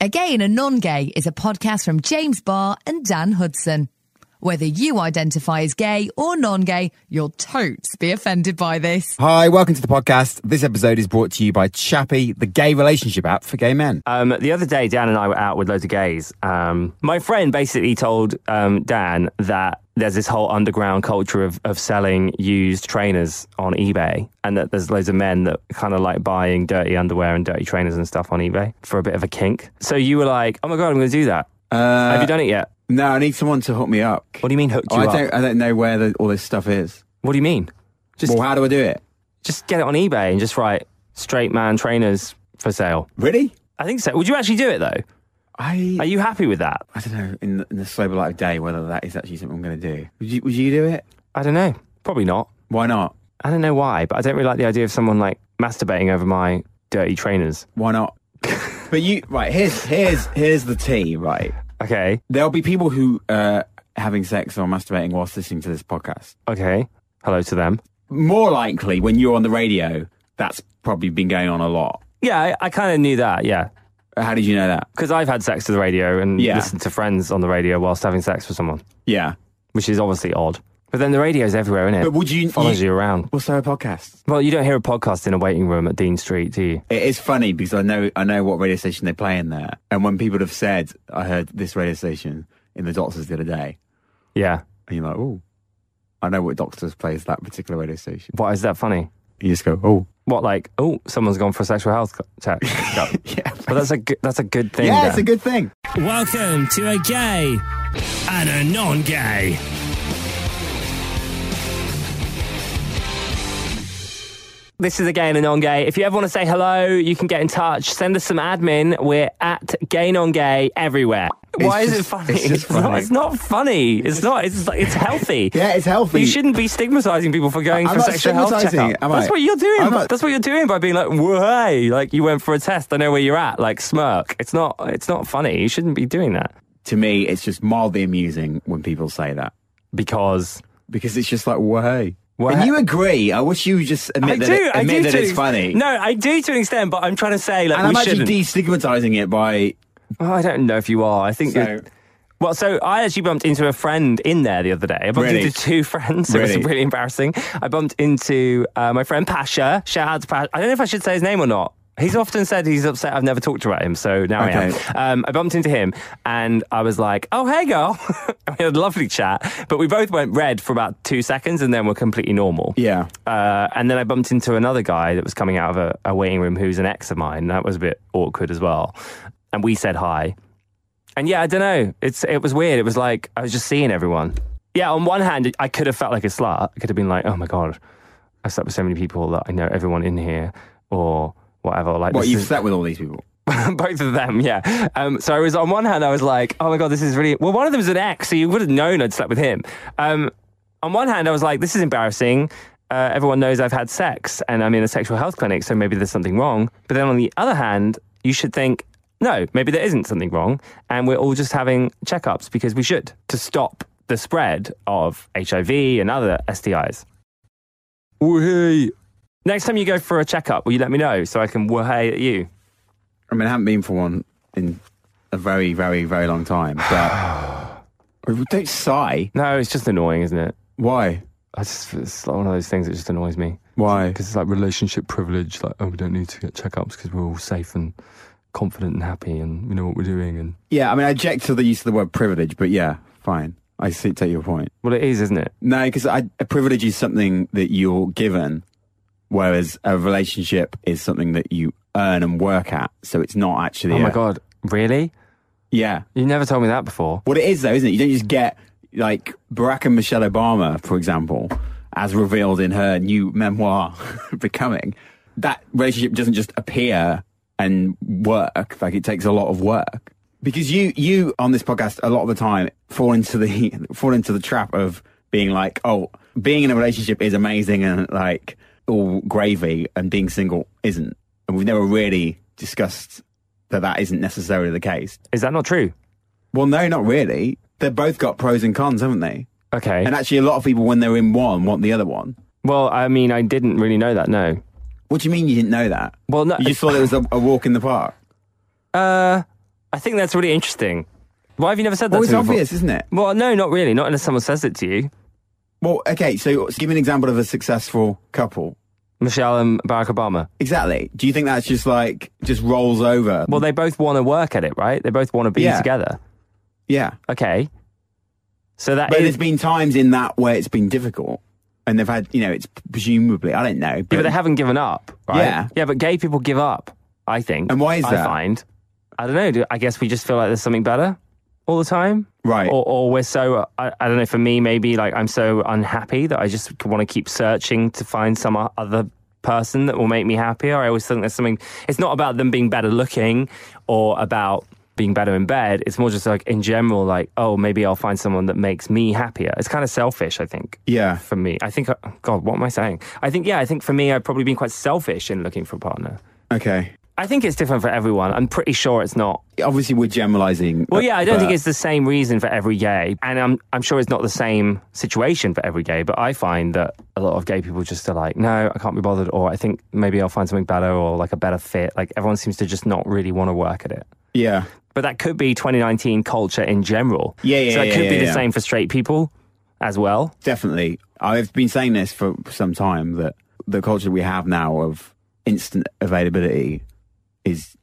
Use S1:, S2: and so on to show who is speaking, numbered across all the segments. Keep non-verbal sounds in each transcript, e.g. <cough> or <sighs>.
S1: A Gay and a Non Gay is a podcast from James Barr and Dan Hudson. Whether you identify as gay or non gay, you'll totes be offended by this.
S2: Hi, welcome to the podcast. This episode is brought to you by Chappie, the gay relationship app for gay men.
S3: Um, the other day, Dan and I were out with loads of gays. Um, my friend basically told um, Dan that there's this whole underground culture of, of selling used trainers on eBay, and that there's loads of men that kind of like buying dirty underwear and dirty trainers and stuff on eBay for a bit of a kink. So you were like, "Oh my god, I'm going to do that." Have you done it yet?
S4: No, I need someone to hook me up.
S3: What do you mean hooked
S4: Oh, I
S3: you up?
S4: don't. I don't know where the, all this stuff is.
S3: What do you mean? Just
S4: well, how do I do it?
S3: just get it on eBay and just write "straight man trainers for sale."
S4: Really?
S3: I think so. Would you actually do it though?
S4: I
S3: Are you happy with that?
S4: I don't know. In the, in the sober light of day, whether that is actually something I'm going to do. Would you, would you do it?
S3: I don't know. Probably not.
S4: Why not?
S3: I don't know why, but I don't really like the idea of someone like masturbating over my dirty trainers.
S2: <laughs>
S4: Why not? but you right here's here's here's the tea. Right,
S3: Okay,
S4: there'll be people who uh, having sex or masturbating whilst listening to this podcast.
S3: okay. Hello to them.
S4: More likely, when you're on the radio, that's probably been going on a lot.
S3: Yeah, I, I kind of knew that. Yeah,
S4: How did you know that?
S3: because I've had sex to the radio and
S4: Yeah.
S3: listened to friends on the radio whilst having sex with someone,
S4: Yeah.
S3: which is obviously odd. But then the radio's everywhere, isn't it?
S4: But would you-
S3: follows you,
S4: you-
S3: around?
S4: What's our podcast?
S3: Well, you don't hear a podcast in a waiting room at Dean Street, do you?
S4: It is funny because I know I know what radio station they play in there, and when people have said, "I heard this radio station in the Doctors the other day,"
S3: Yeah.
S4: and you're like, "Oh, I know what Doctors plays that particular radio station."
S3: Why is that funny?
S4: You just go, "Oh,
S3: What like? Oh, someone's gone for a sexual health co- check.
S4: <laughs> yeah,
S3: But that's a good, that's a good thing.
S4: yeah,
S3: Dan.
S4: it's a good thing."
S5: Welcome to a gay and a non gay.
S3: This is a gay and a non-gay. If you ever want to say hello, you can get in touch. Send us some admin. We're at gay non-gay everywhere. Why is it
S4: just-
S3: funny?
S4: it's just
S3: Not,
S4: funny.
S3: it's not funny. It's not. It's like- it's healthy.
S4: Yeah, it's healthy.
S3: You shouldn't be stigmatizing people for going
S4: I'm
S3: for
S4: not
S3: sexual health
S4: stigmatising,
S3: checkup.
S4: am I?
S3: That's what you're doing.
S4: I'm not-
S3: That's what you're doing by being like, "Hey, like you went for a test. I know where you're at." Like smirk. It's not. It's not funny. You shouldn't be doing that
S4: To me, it's just mildly amusing when people say that
S3: because
S4: because it's just like, "Well, hey,"
S3: Well,
S4: and
S3: hey.
S4: you agree. I wish you would just admit
S3: I
S4: that,
S3: do.
S4: it,
S3: I
S4: admit
S3: do
S4: that
S3: to
S4: it's
S3: an-
S4: funny.
S3: No, I do to an extent, but I'm trying to say like
S4: and I'm
S3: we
S4: actually
S3: shouldn't.
S4: destigmatizing it by.
S3: Oh, I don't know if you are. I think.
S4: So-
S3: you're- Well, so I actually bumped into a friend in there the other day. I bumped
S4: Really?
S3: into two <laughs> friends. It was
S4: Really?
S3: really embarrassing. I bumped into uh, my friend Pasha. Shout out to Pasha. I don't know if I should say his name or not. He's often said he's upset I've never talked about him, so now
S4: Okay.
S3: I am. Um, I bumped into him and I was like, oh, hey, girl. <laughs> we had a lovely chat, but we both went red for about two seconds and then were completely normal.
S4: Yeah.
S3: Uh, and then I bumped into another guy that was coming out of a, a waiting room who's an ex of mine. That was a bit awkward as well. And we said hi. And yeah, I don't know. It's it was weird. It was like I was just seeing everyone. Yeah, on one hand, I could have felt like a slut. I could have been like, oh my god, I slept with so many people that I know everyone in here or whatever. Like
S4: What
S3: this
S4: you've
S3: is-
S4: slept with all these people?
S3: <laughs> both of them, yeah. Um, so I was on one hand, I was like, oh my god, this is really well. One of them is an ex, so you would have known I'd slept with him. Um, on one hand, I was like, this is embarrassing. Uh, everyone knows I've had sex and I'm in a sexual health clinic, so maybe there's something wrong. But then on the other hand, you should think, no, maybe there isn't something wrong, and we're all just having checkups because we should to stop the spread of HIV and other STIs. Woohoo! Next time you go for a checkup, will you let me know so I can woohoo at you?
S4: I mean, I haven't been for one in a very, very, very long time. <sighs> But don't sigh.
S3: No, it's just annoying, isn't it?
S4: Why?
S3: I just it's like one of those things that just annoys me
S4: Why?
S3: because it's like relationship privilege. Like, oh, we don't need to get checkups because we're all safe and confident and happy, and we know what we're doing. And
S4: Yeah, I mean, I object to the use of the word privilege, but yeah, fine. I see, take your point.
S3: well, it is, isn't it?
S4: No, because a privilege is something that you're given, whereas a relationship is something that you earn and work at. So it's not actually.
S3: Oh my
S4: a-
S3: god, really?
S4: Yeah.
S3: You never told me that before.
S4: What it is, though, isn't it? You don't just get, like, Barack and Michelle Obama, for example, as revealed in her new memoir, <laughs> Becoming. That relationship doesn't just appear and work. Like, it takes a lot of work. Because you, you on this podcast, a lot of the time, fall into the, <laughs> fall into the trap of being like, oh, being in a relationship is amazing and, like, all gravy and being single isn't. And we've never really discussed that that isn't necessarily the case.
S3: Is that not true?
S4: Well, no, not really. They've both got pros and cons, haven't they?
S3: Okay.
S4: And actually, a lot of people, when they're in one, want the other one.
S3: well, I mean, I didn't really know that. No.
S4: What do you mean you didn't know that?
S3: Well, no.
S4: You just thought it was a, a walk in the park.
S3: uh, I think that's really interesting. Why have you never said that
S4: Well,
S3: to
S4: it's
S3: me before?
S4: obvious, isn't it?
S3: Well, no, not really. Not unless someone says it to you.
S4: Well, okay, so give me an example of a successful couple.
S3: Michelle and Barack Obama.
S4: Exactly. Do you think that's just like, just rolls over?
S3: Well, they both want to work at it, right? They both want to be
S4: Mm. Yeah.
S3: together.
S4: yeah.
S3: Okay. So that
S4: But
S3: is-
S4: there's been times in that where it's been difficult and they've had, you know, it's presumably, I don't know.
S3: Yeah, but they haven't given up, right?
S4: Yeah.
S3: Yeah, but gay people give up, I think.
S4: And why is
S3: I
S4: that?
S3: find. I don't know. do- I guess we just feel like there's something better all the time.
S4: Right.
S3: Or, or we're so, I, I don't know, for me, maybe like I'm so unhappy that I just want to keep searching to find some o- other person that will make me happier. I always think there's something, it's not about them being better looking or about being better in bed. It's more just like in general, like, oh, maybe I'll find someone that makes me happier. It's kind of selfish, I think
S4: yeah.
S3: for me. I think, uh, God, what am I saying? I think, yeah, I think for me, I've probably been quite selfish in looking for a partner.
S4: Okay.
S3: I think it's different for everyone. I'm pretty sure it's not.
S4: Obviously, we're generalizing.
S3: Well, yeah, I don't
S4: but-
S3: think it's the same reason for every gay. And I'm, I'm sure it's not the same situation for every gay. But I find that a lot of gay people just are like, no, I can't be bothered. Or I think maybe I'll find something better or like a better fit. Like everyone seems to just not really want to work at it.
S4: Yeah.
S3: But that could be 2019 culture in general.
S4: Yeah, yeah,
S3: So it
S4: yeah,
S3: could
S4: yeah,
S3: be the
S4: yeah.
S3: same for straight people as well.
S4: Definitely. I've been saying this for some time that the culture we have now of instant availability is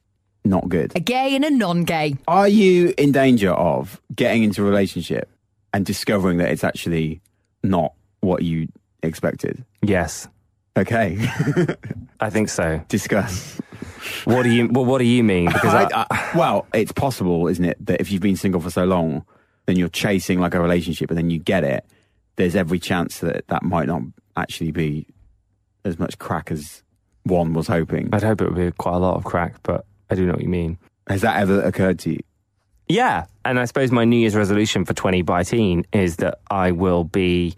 S4: not good.
S1: A gay and a non gay.
S4: Are you in danger of getting into a relationship and discovering that it's actually not what you expected?
S3: Yes,
S4: Okay, <laughs>
S3: I think so.
S4: discuss.
S3: What do you? Well, what do you mean? Because I,
S4: <laughs> I, I, well, it's possible, isn't it, that if you've been single for so long, then you're chasing like a relationship and then you get it, there's every chance that that might not actually be as much crack as one was hoping.
S3: I'd hope it would be quite a lot of crack, but I do know what you mean.
S4: Has that ever occurred to you?
S3: Yeah, and I suppose my New Year's resolution for 2019 is that I will be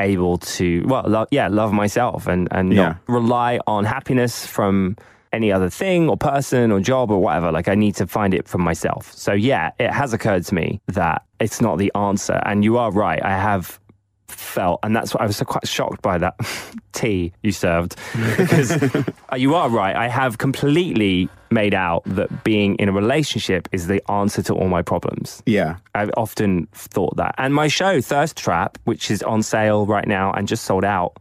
S3: able to, well, lo- yeah, love myself and and
S4: Yeah.
S3: not rely on happiness from any other thing or person or job or whatever. Like I need to find it from myself. So yeah, it has occurred to me that it's not the answer, and you are right. I have felt, and that's what I was so quite shocked by that <laughs> tea you served because uh, you are right. I have completely made out that being in a relationship is the answer to all my problems.
S4: Yeah.
S3: I've often thought that. And my show, Thirst Trap, which is on sale right now and just sold out,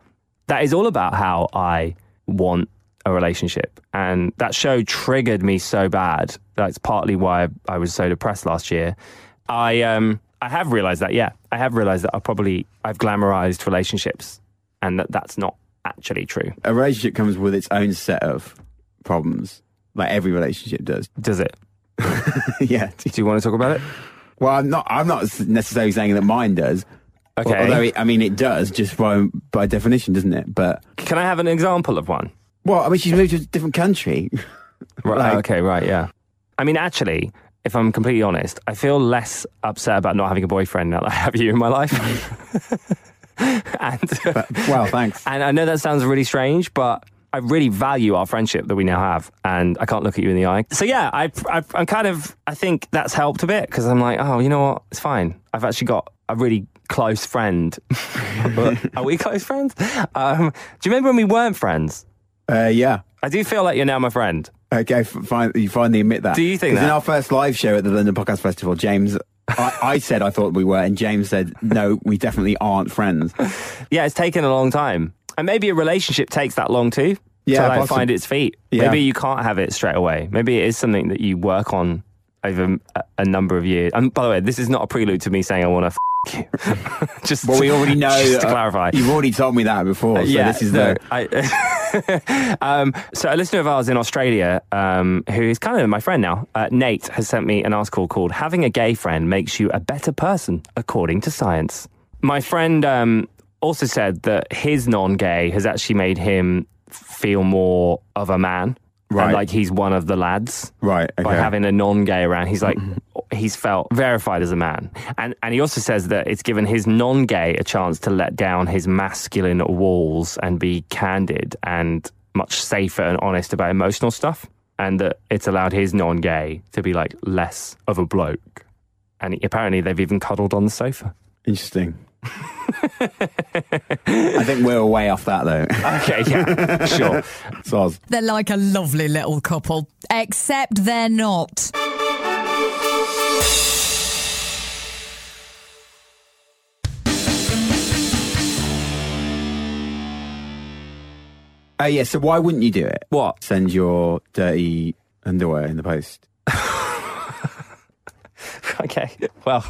S3: that is all about how I want a relationship. And that show triggered me so bad. That's partly why I was so depressed last year. I um I have realized that, yeah. I have realized that I probably I've glamorized relationships and that that's not actually true.
S4: A relationship comes with its own set of problems, like every relationship does. <laughs>
S3: Does it?
S4: yeah.
S3: Do you want to talk about it?
S4: Well, I'm not. I'm not necessarily saying that mine does.
S3: Okay.
S4: Although, it, I mean, it does just by by definition, doesn't it? But
S3: Can I have an example of one?
S4: well, I mean, she's moved to a different country. <laughs>
S3: Right.
S4: Like-
S3: okay. Right. Yeah. I mean, actually, if I'm completely honest, I feel less upset about not having a boyfriend now that I have you in my life. <laughs> and
S4: Well, thanks.
S3: and I know that sounds really strange, but I really value our friendship that we now have, and I can't look at you in the eye. So yeah, I, I I'm kind of I think that's helped a bit because I'm like, oh, you know what? It's fine. I've actually got a really close friend. <laughs> Are we close friends? Um, do you remember when we weren't friends?
S4: Uh, yeah.
S3: I do feel like you're now my friend.
S4: Okay, f- fine. You finally admit that.
S3: Do you think
S4: 'Cause in
S3: that?
S4: our first live show at the London Podcast Festival, James, I, I said I thought we were, and James said no, we definitely aren't friends.
S3: yeah, it's taken a long time. And maybe a relationship takes that long too.
S4: Yeah,
S3: to like
S4: possib-
S3: find its feet.
S4: Yeah.
S3: Maybe you can't have it straight away. Maybe it is something that you work on over a, a number of years. And by the way, this is not a prelude to me saying I want to f- you. <laughs> just
S4: Well, we already know.
S3: <laughs> Just to
S4: uh,
S3: clarify.
S4: you've already told me that before. So
S3: yeah,
S4: this is
S3: no,
S4: the
S3: I, <laughs> um, so a listener of ours in Australia, um, who is kind of my friend now, uh, Nate, has sent me an article called "Having a Gay Friend Makes You a Better Person, According to Science." My friend um, also said that his non-gay has actually made him feel more of a man, and
S4: Right.
S3: like he's one of the lads
S4: right. Okay.
S3: by having a non-gay around. He's like, he's felt verified as a man, and and he also says that it's given his non-gay a chance to let down his masculine walls and be candid and much safer and honest about emotional stuff, and that it's allowed his non-gay to be like less of a bloke. And apparently, they've even cuddled on the sofa. <laughs>
S4: Interesting. I think we're way off that though. <laughs>
S3: Okay, yeah, <laughs> sure.
S4: Soz.
S1: They're like a lovely little couple, except they're not.
S4: Oh yeah. So why wouldn't you do it?
S3: What?
S4: Send your dirty underwear in the post.
S3: Okay. Well,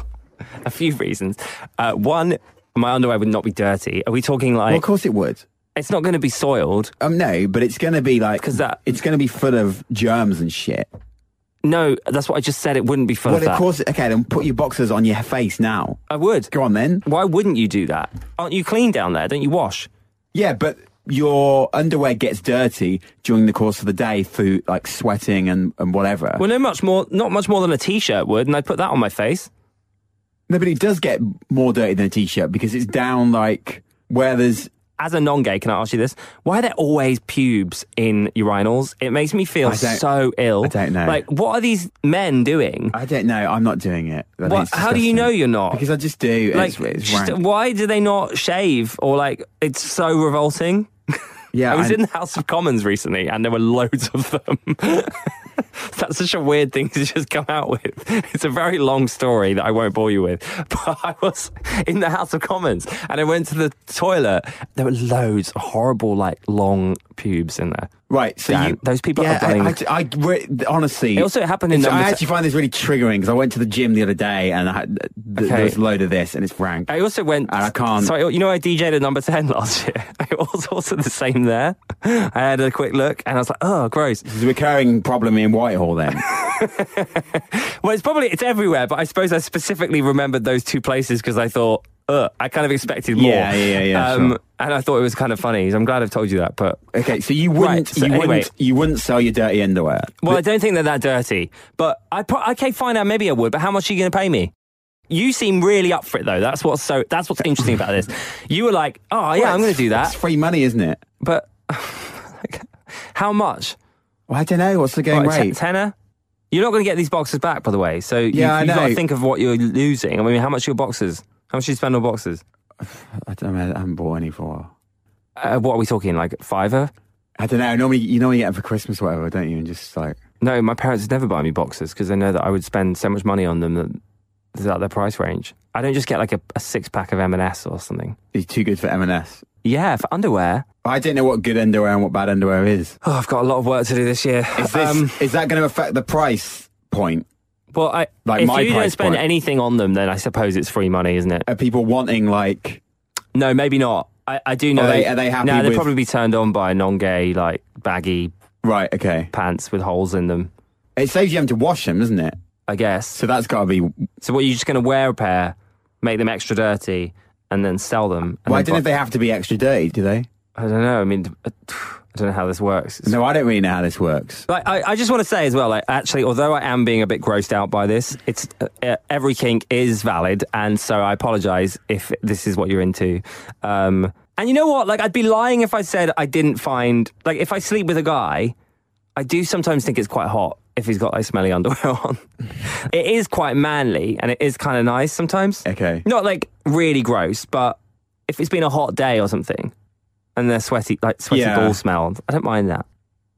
S3: a few reasons. Uh, one, my underwear would not be dirty. Are we talking like
S4: well, of course it would.
S3: it's not going to be soiled?
S4: Um, no, but it's going to be like
S3: 'Cause that-
S4: It's going to be full of germs and shit.
S3: No, that's what I just said. It wouldn't be full
S4: Well,
S3: of that.
S4: of course. Okay, then put your boxers on your face now.
S3: I would.
S4: Go on then.
S3: Why wouldn't you do that? Aren't you clean down there? Don't you wash?
S4: Yeah, but your underwear gets dirty during the course of the day through like sweating and, and whatever.
S3: Well, no, much more. Not much more than a t-shirt would, and I put that on my face.
S4: no, but it does get more dirty than a t-shirt because it's down like where there's.
S3: As a non-gay, can I ask you this? Why are there always pubes in urinals? It makes me feel
S4: I don't-
S3: so ill.
S4: I don't know.
S3: Like, what are these men doing?
S4: I don't know. I'm not doing it. I think
S3: What-
S4: it's
S3: how do you
S4: disgusting.
S3: know you're not?
S4: Because I just do.
S3: Like,
S4: it's, it's
S3: just-
S4: rank.
S3: why do they not shave? Or like, it's so revolting.
S4: yeah,
S3: I was
S4: I-
S3: in the House of Commons recently, and there were loads of them. <laughs> That's such a weird thing to just come out with. It's a very long story that I won't bore you with. <laughs> But I was in the House of Commons, and I went to the toilet. There were loads of horrible, like long pubes in there.
S4: Right, so
S3: Dan,
S4: you,
S3: those people
S4: yeah,
S3: are dying.
S4: I, I, I re- honestly,
S3: It also happened in
S4: it's-
S3: number
S4: I
S3: se-
S4: actually find this really triggering because I went to the gym the other day and I had, th-
S3: Okay.
S4: there was a load of this and it's rank.
S3: I also went.
S4: And I can't-
S3: So I, you know, I DJ'd at number ten last year. <laughs> It was also the same there. I had a quick look, and I was like, "Oh, gross."
S4: It's a recurring problem in Whitehall.
S3: <laughs>
S4: Then
S3: Well, it's probably it's everywhere, but I suppose I specifically remembered those two places because I thought, Ugh, I kind of expected more. Um,
S4: Yeah, yeah, yeah, yeah, sure.
S3: And I thought it was kind of funny. So I'm glad I've told you that. But
S4: okay, so you
S3: Right,
S4: wouldn't,
S3: so
S4: you
S3: anyway-
S4: wouldn't, you wouldn't sell your dirty underwear.
S3: well, I don't think they're that dirty. But I pro- okay, fine. Now maybe I would. But how much are you going to pay me? You seem really up for it though. That's what's so. That's what's interesting about
S4: <laughs>
S3: this. You were like, oh yeah, I'm going to do
S4: It's
S3: that.
S4: free money, isn't it?
S3: But <laughs> how much?
S4: Well, I don't know. What's the going
S3: Right, ten-
S4: rate?
S3: tenner. You're not going to get these boxes back, by the way. So you,
S4: Yeah, I
S3: have got to
S4: know.
S3: think of what you're losing. I mean, how much are your boxes? How much do you spend on boxes?
S4: I don't know. I haven't bought any for. a while.
S3: Uh, what are we talking? Like fiver?
S4: I don't know. Normally, you normally get them for Christmas, or whatever, don't you? And just like,
S3: No, my parents never buy me boxes because they know that I would spend so much money on them that it's out of their price range. I don't just get like a, a six pack of M&S or something.
S4: it's too good for M&S.
S3: Yeah, for underwear.
S4: I don't know what good underwear and what bad underwear is.
S3: Oh, I've got a lot of work to do this year. Um,
S4: Is this is that going to affect the price point?
S3: well, I,
S4: Like
S3: if
S4: my
S3: you don't
S4: price
S3: spend
S4: point.
S3: anything on them, then I suppose it's free money, isn't it?
S4: Are people wanting like?
S3: No, maybe not. I, I do know.
S4: they- are they happy
S3: No, they'd
S4: with-
S3: probably be turned on by non-gay, like baggy
S4: Right, okay.
S3: pants with holes in them.
S4: It saves you having to wash them, doesn't it?
S3: I guess.
S4: So that's got to be. Well,
S3: So, what are you just going to wear a pair, make them extra dirty, and then sell them? and
S4: I
S3: then
S4: don't know if
S3: buy-
S4: they have to be extra dirty, do they?
S3: I don't know. I mean, uh, I don't know how this works. It's-
S4: No, I don't really know how this works.
S3: Like, I, I just want to say as well, like, actually, although I am being a bit grossed out by this, it's uh, uh, every kink is valid, and so I apologise if this is what you're into. Um, and you know what? Like, I'd be lying if I said I didn't find like if I sleep with a guy, I do sometimes think it's quite hot if he's got like smelly underwear <laughs> on. it is quite manly, and it is kind of nice sometimes.
S4: Okay.
S3: Not like really gross, but if it's been a hot day or something and they're sweaty, like sweaty
S4: Yeah.
S3: ball smelled, I don't mind that.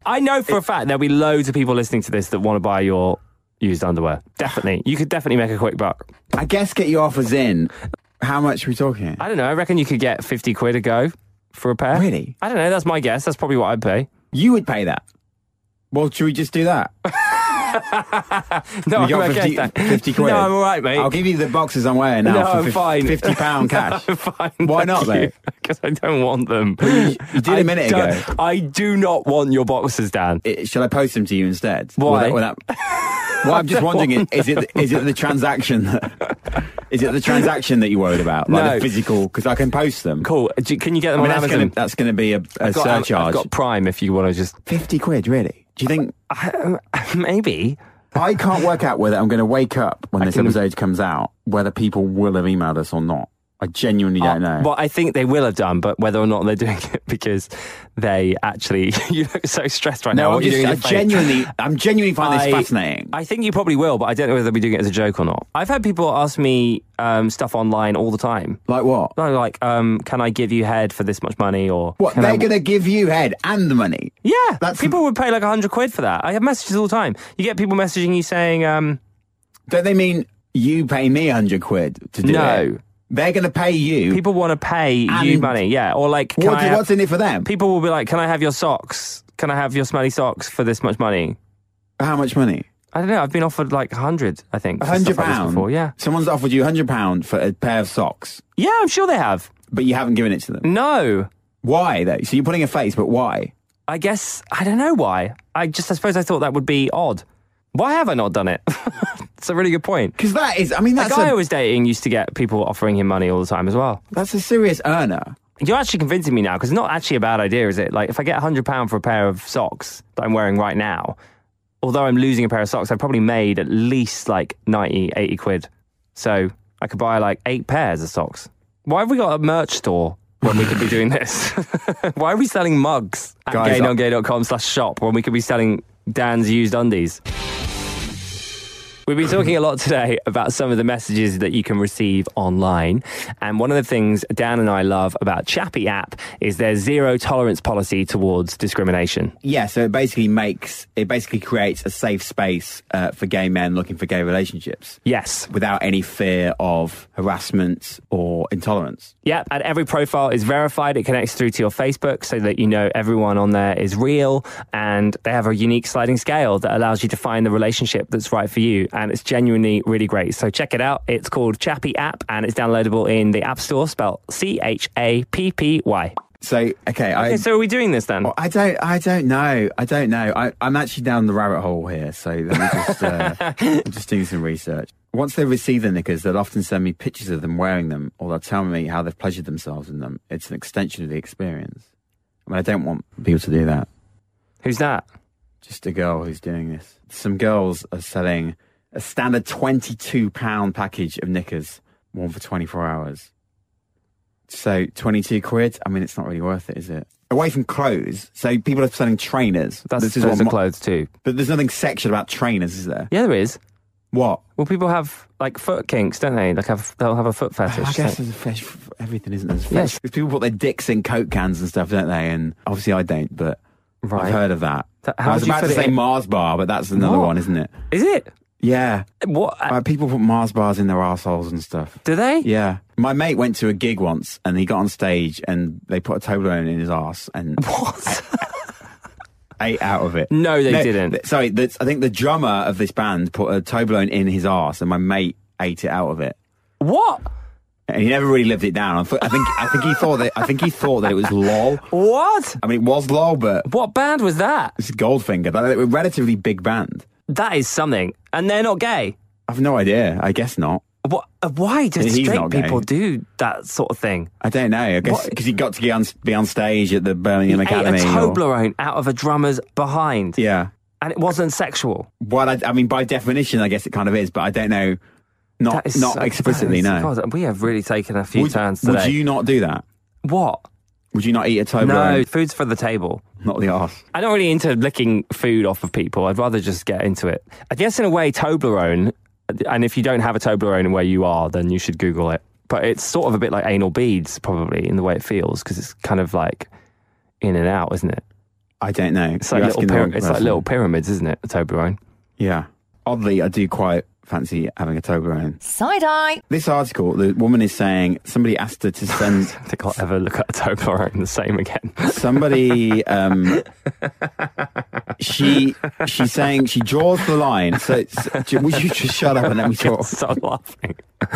S3: I know for a fact there'll be loads of people listening to this that want to buy your used underwear. Definitely. You could definitely make a quick buck.
S4: I guess get your offers in. How much are we talking?
S3: I don't know. I reckon you could get 50 quid a go for a pair.
S4: Really?
S3: I don't know. That's my guess. That's probably what I'd pay.
S4: You would pay that. Well, should we just do
S3: <laughs>
S4: that?
S3: No,
S4: We got
S3: I'm Oh, okay.
S4: 50
S3: with that. <laughs>
S4: 50 quid.
S3: No, I'm all right, mate.
S4: I'll give you the boxes I'm wearing now
S3: No,
S4: for
S3: I'm
S4: fif-
S3: fine.
S4: fifty pound cash.
S3: <laughs> I'm fine.
S4: Why not,
S3: <laughs>
S4: though?
S3: Because I don't want them. You,
S4: did a minute ago.
S3: I do not want your boxes, Dan.
S4: It- shall I post them to you instead?
S3: Why?
S4: Will that- will that- well, I'm just wondering is, is it is it the transaction that, is it the transaction that you're worried about, like
S3: No.
S4: the physical? Because I can post them.
S3: Cool. Do- Can you get them
S4: I mean,
S3: on
S4: that's
S3: Amazon?
S4: gonna, that's gonna be a, a
S3: Got- I've-
S4: surcharge.
S3: I've got Prime if you want to just.
S4: 50 quid, really? Do you think?
S3: Maybe.
S4: I can't work out whether I'm going to wake up when this
S3: can-
S4: episode comes out, whether people will have emailed us or not. I genuinely don't know.
S3: Well, I think they will have done, but whether or not they're doing it <laughs> because they actually. <laughs> you look so stressed right now.
S4: no,
S3: What
S4: I'm
S3: are you
S4: just,
S3: doing
S4: I
S3: with your face?
S4: genuinely, I'm genuinely find this fascinating.
S3: I think you probably will, but I don't know whether they'll be doing it as a joke or not. I've had people ask me um, stuff online all the time.
S4: like what?
S3: No, Like, um, can I give you head for this much money? Or
S4: What
S3: can
S4: they're
S3: I-
S4: going to give you head and the money?
S3: Yeah,
S4: That's-
S3: people would pay like hundred quid for that. I have messages all the time. You get people messaging you saying, um,
S4: Don't they mean you pay me hundred quid to do
S3: No.
S4: it? They're going to pay you.
S3: People want to pay
S4: And-
S3: you money, yeah. Or like, can
S4: What,
S3: I have-
S4: what's in it for them?
S3: people will be like, "Can I have your socks? Can I have your smelly socks for this much money?"
S4: How much money?
S3: I don't know. I've been offered like a hundred. I think
S4: A
S3: for stuff
S4: hundred
S3: like this
S4: pound.
S3: before. Yeah,
S4: Someone's offered you a hundred pound for a pair of socks,
S3: yeah. I'm sure they have.
S4: but you haven't given it to them.
S3: No,
S4: Why though? So you're putting a face, but why?
S3: I guess I don't know why. I just I suppose I thought that would be odd. Why have I not done it? <laughs> It's a really good point.
S4: Because that is, I mean,
S3: The
S4: that's
S3: guy I
S4: a,
S3: was dating used to get people offering him money all the time as well.
S4: that's a serious earner.
S3: You're actually convincing me now because it's not actually a bad idea, is it? Like, if I get £100 for a pair of socks that I'm wearing right now, although I'm losing a pair of socks, I've probably made at least like 90, 80 quid. So I could buy like eight pairs of socks. Why have we got a merch store when we could be doing this? <laughs> Why are we selling mugs at
S4: Guys, I-
S3: gaynongay.com slash shop when we could be selling Dan's used undies? We've been talking a lot today about some of the messages that you can receive online. And one of the things Dan and I love about Chappie app is their zero tolerance policy towards discrimination.
S4: Yeah, so it basically makes it basically creates a safe space uh, for gay men looking for gay relationships
S3: Yes.
S4: without any fear of harassment or intolerance.
S3: Yep. And every profile is verified. It connects through to your Facebook so that you know everyone on there is real. And they have a unique sliding scale that allows you to find the relationship that's right for you. And it's genuinely really great. So check it out. It's called Chappie app and it's downloadable in the App Store, spelled C H A P P Y.
S4: So okay, I Oh,
S3: Okay, so are we doing this then?
S4: I don't I don't know I don't know I, I'm actually down the rabbit hole here. So let me just
S3: <laughs>
S4: uh, I'm just doing some research. Once they receive the knickers, they'll often send me pictures of them wearing them, or they'll tell me how they've pleasured themselves in them. It's an extension of the experience. I mean, I don't want people to do that.
S3: Who's that?
S4: Just a girl who's doing this. Some girls are selling a standard twenty-two pound package of knickers, one for twenty-four hours. So twenty-two quid. I mean, it's not really worth it, is it? Away from clothes, so people are selling trainers.
S3: That's
S4: this is
S3: those
S4: what
S3: are
S4: mo-
S3: clothes too.
S4: But there's nothing sexual about trainers, is there?
S3: Yeah, there is.
S4: What?
S3: Well, people have like foot kinks, don't they? Like have they'll have a foot fetish.
S4: I guess
S3: So-
S4: there's a fish for everything, isn't there? There's a
S3: Yes.
S4: fish. 'Cause people put their dicks in coke cans and stuff, don't they? And obviously I don't, but
S3: Right.
S4: I've heard of that.
S3: Th- how
S4: I was
S3: do you
S4: about to
S3: fit it
S4: say
S3: in?
S4: Mars bar, but that's another
S3: What?
S4: one, isn't it?
S3: Is it?
S4: Yeah.
S3: What
S4: Uh, people put Mars bars in their assholes and stuff.
S3: do they?
S4: Yeah. My mate went to a gig once and he got on stage and they put a Toblerone in his ass and
S3: What?
S4: ate out of it.
S3: No, they didn't.
S4: th- sorry, the, I think the drummer of this band put a Toblerone in his ass and my mate ate it out of it.
S3: what?
S4: And he never really lived it down. I, th- I think I think he thought that I think he thought that it was lol.
S3: What?
S4: I mean, it was lol, but
S3: What band was that?
S4: it's Goldfinger. But they're a relatively big band.
S3: That is something. And they're not gay.
S4: I've no idea. I guess not.
S3: What? uh, Why do
S4: And he's
S3: straight
S4: not gay.
S3: people do that sort of thing?
S4: I don't know. I guess
S3: What-
S4: because he got to be on, be on stage at the Birmingham
S3: Ate
S4: Academy.
S3: a
S4: or-
S3: Toblerone out of a drummer's behind,
S4: yeah.
S3: and it wasn't sexual.
S4: Well, I, I mean, by definition, I guess it kind of is, but I don't know. Not
S3: That is
S4: not
S3: so-
S4: explicitly.
S3: that is-
S4: No.
S3: God, we have really taken a few
S4: Would,
S3: turns
S4: would
S3: today.
S4: you not do that?
S3: what?
S4: Would you not eat a
S3: No,
S4: Toblerone?
S3: food's for the table.
S4: Not the arse.
S3: I'm not really into licking food off of people. I'd rather just get into it. I guess in a way, Toblerone, and if you don't have a Toblerone where you are, then you should Google it. But it's sort of a bit like anal beads, probably, in the way it feels, because it's kind of like in and out, isn't it?
S4: I don't know.
S3: It's like,
S4: You're
S3: little,
S4: asking the
S3: pyra-
S4: wrong
S3: it's like
S4: person.
S3: little pyramids, isn't it, a Toblerone?
S4: Yeah. Oddly, I do quite fancy having a Toblerone.
S1: Side eye.
S4: This article, the woman is saying somebody asked her to
S3: <laughs>
S4: send
S3: I think I'll ever look at a Toblerone the same again. <laughs>
S4: somebody. Um, she she's saying she draws the line. So, it's- would you just shut up and let me talk?
S3: Stop laughing. <laughs>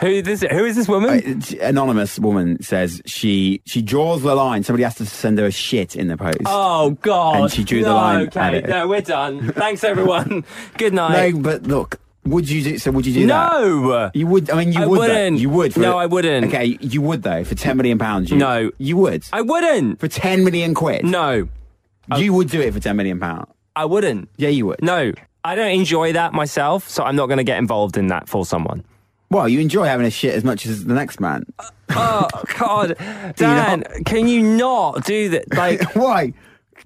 S3: who, this, who is this woman?
S4: Uh, Anonymous woman says she she draws the line. Somebody asked her to send her a shit in the post.
S3: Oh God!
S4: And she drew the
S3: No,
S4: line
S3: Okay,
S4: at it.
S3: no, we're done.
S4: <laughs>
S3: Thanks everyone. Good night.
S4: no, but look, would you do so? Would you do that?
S3: no,
S4: You would. I mean, you
S3: I
S4: would. though.
S3: wouldn't.
S4: You would. For,
S3: No, I wouldn't.
S4: Okay, you would though for ten million pounds. You,
S3: No.
S4: you would
S3: I wouldn't.
S4: for ten million quid.
S3: No,
S4: you would do it for ten million pounds.
S3: I wouldn't.
S4: Yeah, you would.
S3: No, I don't enjoy that myself, so I'm not going to get involved in that for someone.
S4: Well, you enjoy having a shit as much as the next man. <laughs>
S3: Oh <laughs> God, Dan, can you not do that? <laughs> Like,
S4: Why?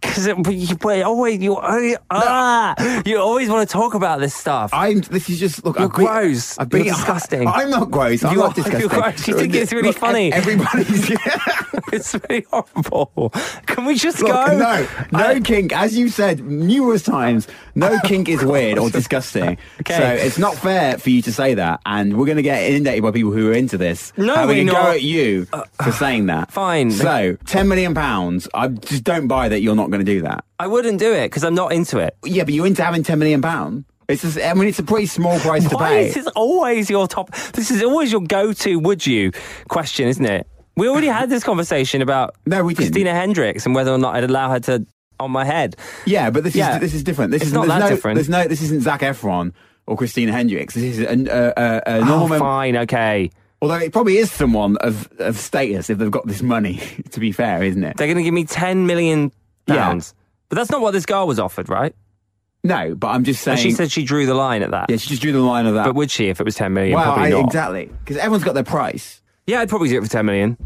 S3: because you but always you always, ah, you always want to talk about this stuff.
S4: I'm. This is just look.
S3: You're
S4: I've been-
S3: gross.
S4: I've been
S3: You're disgusting.
S4: I, am not gross. <laughs> I'm
S3: You
S4: not
S3: are- <laughs> you're
S4: disgusting.
S3: gross. You think it's really
S4: Look, ev-
S3: funny.
S4: Everybody's.
S3: <laughs>
S4: <laughs>
S3: it's really horrible. Can we just
S4: Look,
S3: go?
S4: no, no
S3: I-
S4: kink. As you said numerous times,
S3: <laughs>
S4: No kink is weird or disgusting.
S3: Okay.
S4: So it's not fair for you to say that. And we're going to get inundated by people who are into this.
S3: No,
S4: having a go
S3: we're not. Uh,
S4: at you for saying that.
S3: fine.
S4: So ten million pounds. I just don't buy that you're not going to do that.
S3: I wouldn't do it because I'm not into it.
S4: Yeah, but you're into having ten million pounds. It's just, I mean, it's a pretty small price to
S3: Why
S4: pay.
S3: is this always your top? This is always your go-to. Would you question? Isn't it? We already had this conversation about
S4: <laughs> No, we didn't.
S3: Christina Hendricks and whether or not I'd allow her to on my head.
S4: Yeah, but this
S3: Yeah.
S4: is this is different. This
S3: It's
S4: is
S3: not that
S4: no,
S3: different.
S4: There's no. This isn't Zach Efron or Christina Hendricks. This is a, a, a, a normal.
S3: oh,
S4: mem-
S3: fine, okay.
S4: although it probably is someone of of status if they've got this money. <laughs> to be fair, isn't it?
S3: They're going to give me ten million
S4: Yeah.
S3: pounds, but that's not what this girl was offered, right?
S4: No, but I'm just saying.
S3: And she said she drew the line at that.
S4: yeah, she just drew the line of that.
S3: But would she if it was ten million?
S4: well,
S3: probably
S4: I-
S3: not.
S4: exactly, because everyone's got their price.
S3: Yeah, I'd probably do it for ten million,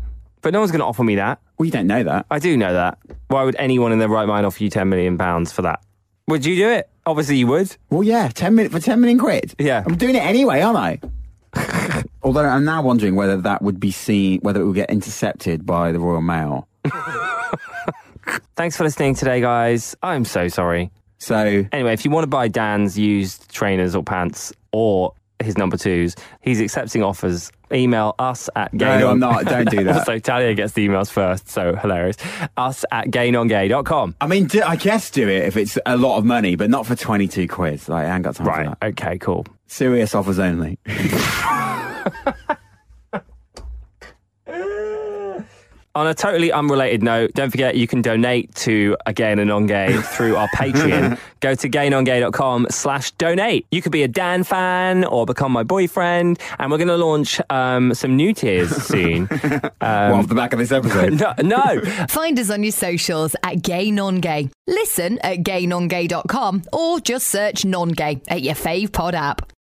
S3: but no one's going to offer me that.
S4: Well, you don't know that.
S3: I do know that. Why would anyone in their right mind offer you ten million pounds for that? Would you do it? Obviously, you would.
S4: Well, yeah, ten minute for ten million quid.
S3: Yeah.
S4: I'm doing it anyway, aren't I?
S3: <laughs>
S4: Although I'm now wondering whether that would be seen, whether it would get intercepted by the Royal Mail.
S3: Thanks for listening today, guys. I'm so sorry.
S4: So
S3: Anyway, if you want to buy Dan's used trainers or pants or his number twos, he's accepting offers. Email us at gay.
S4: no, I'm not. Don't
S3: <laughs>
S4: do that.
S3: also, Talia gets the emails first, so hilarious. Us at gaynongay.com.
S4: I mean, do, I guess do it if it's a lot of money, but not for 22 quid. Like, I ain't got time for
S3: Right.
S4: that.
S3: Okay, cool.
S4: Serious offers only.
S3: On a totally unrelated note, don't forget you can donate to a gay and
S4: <laughs>
S3: a non-gay through our Patreon. Go to gaynongay.com slash donate. You could be a Dan fan or become my boyfriend. And we're going to launch um, some new
S4: <laughs>
S3: tiers soon. Um,
S4: well, off the back of this episode.
S3: no, no.
S1: Find us on your socials at Gay Non Gay. Listen at gaynongay.com or just search non gay at your fave pod app.